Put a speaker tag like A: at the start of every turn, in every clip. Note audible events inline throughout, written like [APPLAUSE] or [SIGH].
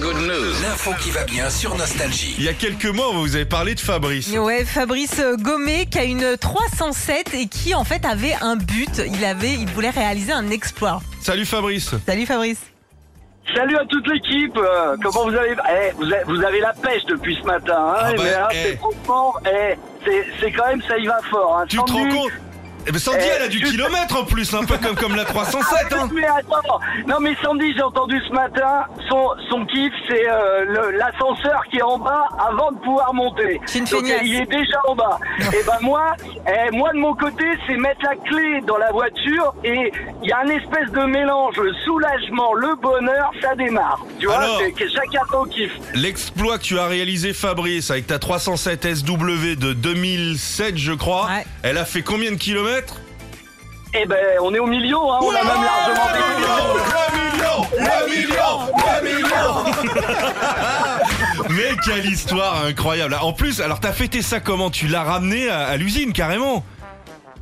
A: Good news.
B: L'info qui va bien sur Nostalgie.
C: Il y a quelques mois, vous avez parlé de Fabrice.
D: Ouais, Fabrice Gommet qui a une 307 et qui en fait avait un but. Il avait, il voulait réaliser un exploit.
C: Salut Fabrice.
D: Salut Fabrice.
E: Salut à toute l'équipe. euh, Comment vous allez Eh, vous, avez, vous avez la pêche depuis ce matin. Hein,
C: Ah
E: eh,
C: bah,
E: mais, hein,
C: eh.
E: c'est franchement, eh, c'est c'est quand même ça y va fort. Hein.
C: Tu te rends
E: Sandy,
C: compte eh ben Sandy,
E: Eh,
C: elle a du
E: tu-
C: kilomètre en plus, un peu comme, comme la 307. Hein.
E: Mais attends, non mais Sandy, j'ai entendu ce matin, son, son kiff c'est euh, le- l'ascenseur qui est en bas avant de pouvoir monter.
D: C'est une
E: Donc, eh,
D: feignasse.
E: il est déjà
C: [LAUGHS]
E: en bas. et ben moi, eh, moi de mon côté, c'est mettre la clé dans la voiture et il y a un espèce de mélange, le soulagement, le bonheur, ça démarre. Tu vois,
C: Alors
E: c'est que chacun son kiff.
C: L'exploit que tu as réalisé, Fabrice, avec ta 307 SW de 2007, je crois,
D: Ouais.
C: elle a fait combien de kilomètres
E: Eh ben on est au milieu, hein, on a même largement dépassé.
C: Le million Le million Mais quelle histoire incroyable En plus, alors t'as fêté ça comment Tu l'as ramené à, à l'usine carrément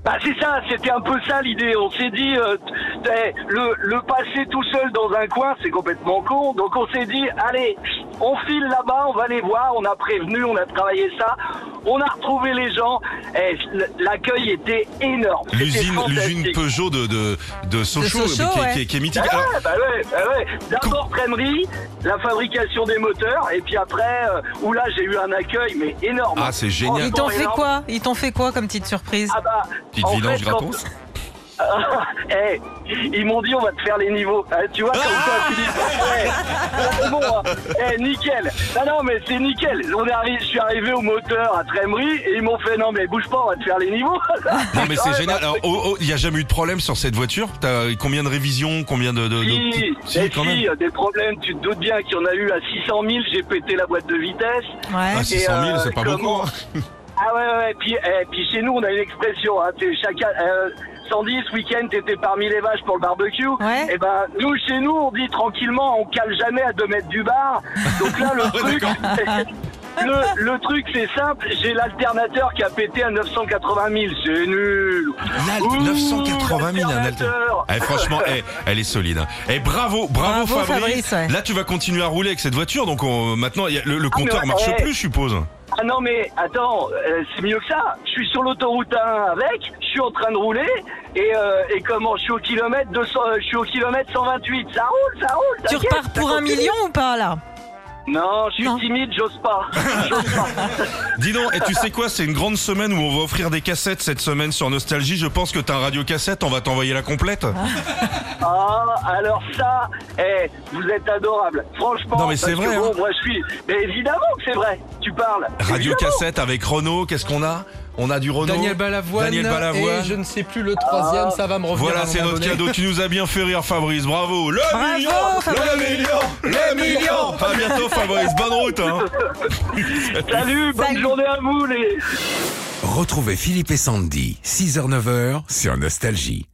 E: Bah c'est ça, c'était un peu ça l'idée. On s'est dit, euh, t- eh, le, le passer tout seul dans un coin, c'est complètement con. Donc on s'est dit, allez, on file là-bas, on va les voir. On a prévenu, on a travaillé ça. On a retrouvé les gens. Eh, l- L'accueil était énorme. C'était
C: L'usine l'usine
E: fantastique.
C: Peugeot de, de, de Sochaux,
D: Sochaux,
C: mais qui, est-
D: ouais.
C: qui est- qui est mythique.
E: Ah
C: Alors,
E: ouais, bah ouais, bah ouais. D'abord crèmerie, la fabrication des moteurs, et puis après, euh, où là j'ai eu un accueil mais énorme.
C: Ah, c'est génial.
D: Ils t'ont fait
E: Énorme.
D: quoi Ils t'ont fait quoi comme petite surprise
E: Ah bah,
C: Petite
E: en
C: vidange
E: fait, quand-
C: gratos.
E: Eh, ils m'ont dit on va te faire les niveaux. Eh, tu vois, comme ça, tu dis, ouais, c'est bon, hein. Eh, nickel. Non, non, mais c'est nickel. On est arrivé, je suis arrivé au moteur à Trémery et ils m'ont fait non, mais bouge pas, on va te faire les niveaux.
C: Non mais c'est
E: Ouais,
C: génial.
E: bah,
C: Alors, oh, oh, il n'y a jamais eu de problème sur cette voiture. T'as combien de révisions, combien de, de, de
E: Si,
C: petits- Si,
E: eh,
C: quand
E: si,
C: même.
E: euh, des problèmes, tu te doutes bien qu'il y en a eu à 600 000, j'ai pété la boîte de vitesse.
D: Ouais.
C: Ah, 600 000,
E: euh,
C: c'est pas
E: comment-
C: beaucoup. hein.
E: Ah ouais, ouais, ouais. Puis, eh, puis chez nous, on a une expression. Hein, T'es chacun, euh, 110, week-end, t'étais parmi les vaches pour le barbecue.
D: Ouais.
E: Et ben, nous, chez nous, on dit tranquillement, on cale jamais à 2 mètres du bar. Donc là, le truc. [LAUGHS] Le, le truc, c'est simple, j'ai l'alternateur qui a pété à 980 000. C'est nul.
C: L'alt-
E: Ouh,
C: 980 000, un
E: l'alternateur.
C: Eh, franchement, eh, elle est solide. hein. Eh bravo, bravo,
D: Bravo,
C: Fabrice.
D: Fabrice, ouais.
C: Là, tu vas continuer à rouler avec cette voiture. Donc on- maintenant, il y a- le, le
E: Ah, mais
C: compteur
E: ouais,
C: marche
E: ouais.
C: plus, je suppose.
E: Ah non mais attends, euh, c'est mieux que ça. Je suis sur l'autoroute 1 avec, je suis en train de rouler et, euh, et comment je suis au kilomètre 200, euh, je suis au kilomètre 128. Ça roule, ça roule.
D: Tu
E: t'inquiète,
D: repars
E: ça
D: pour un
E: continue.
D: million ou pas là
E: Non, je suis
D: Non.
E: timide, j'ose
D: [LAUGHS]
E: pas. J'ose pas.
C: Dis donc, et tu sais quoi C'est une grande semaine où on va offrir des cassettes cette semaine sur Nostalgie. Je pense que t'as un radio cassette. On va t'envoyer la complète.
E: Ah alors ça, eh, vous êtes adorable. Franchement.
C: Non, mais c'est
E: parce que
C: vrai,
E: bon,
C: hein.
E: moi je suis. Mais évidemment que c'est vrai. Tu parles.
C: Radio
E: Évidemment.
C: cassette avec Renault. Qu'est-ce qu'on a On a du Renault.
F: Daniel Balavoine,
C: Daniel
F: et
C: Balavoine.
F: je ne sais plus le troisième, ça va me revenir. à
C: Voilà,
F: un
C: c'est
F: moment
C: notre
F: donné.
C: cadeau. Tu nous as bien fait rire, Fabrice. Bravo. Le
D: Bravo,
C: million,
D: Fabrice.
C: le million, le million. À bientôt, Fabrice. Bonne route. hein.
E: Salut, bonne
D: Salut.
E: journée à vous les.
B: Retrouvez Philippe et Sandy, 6h-9h sur Nostalgie.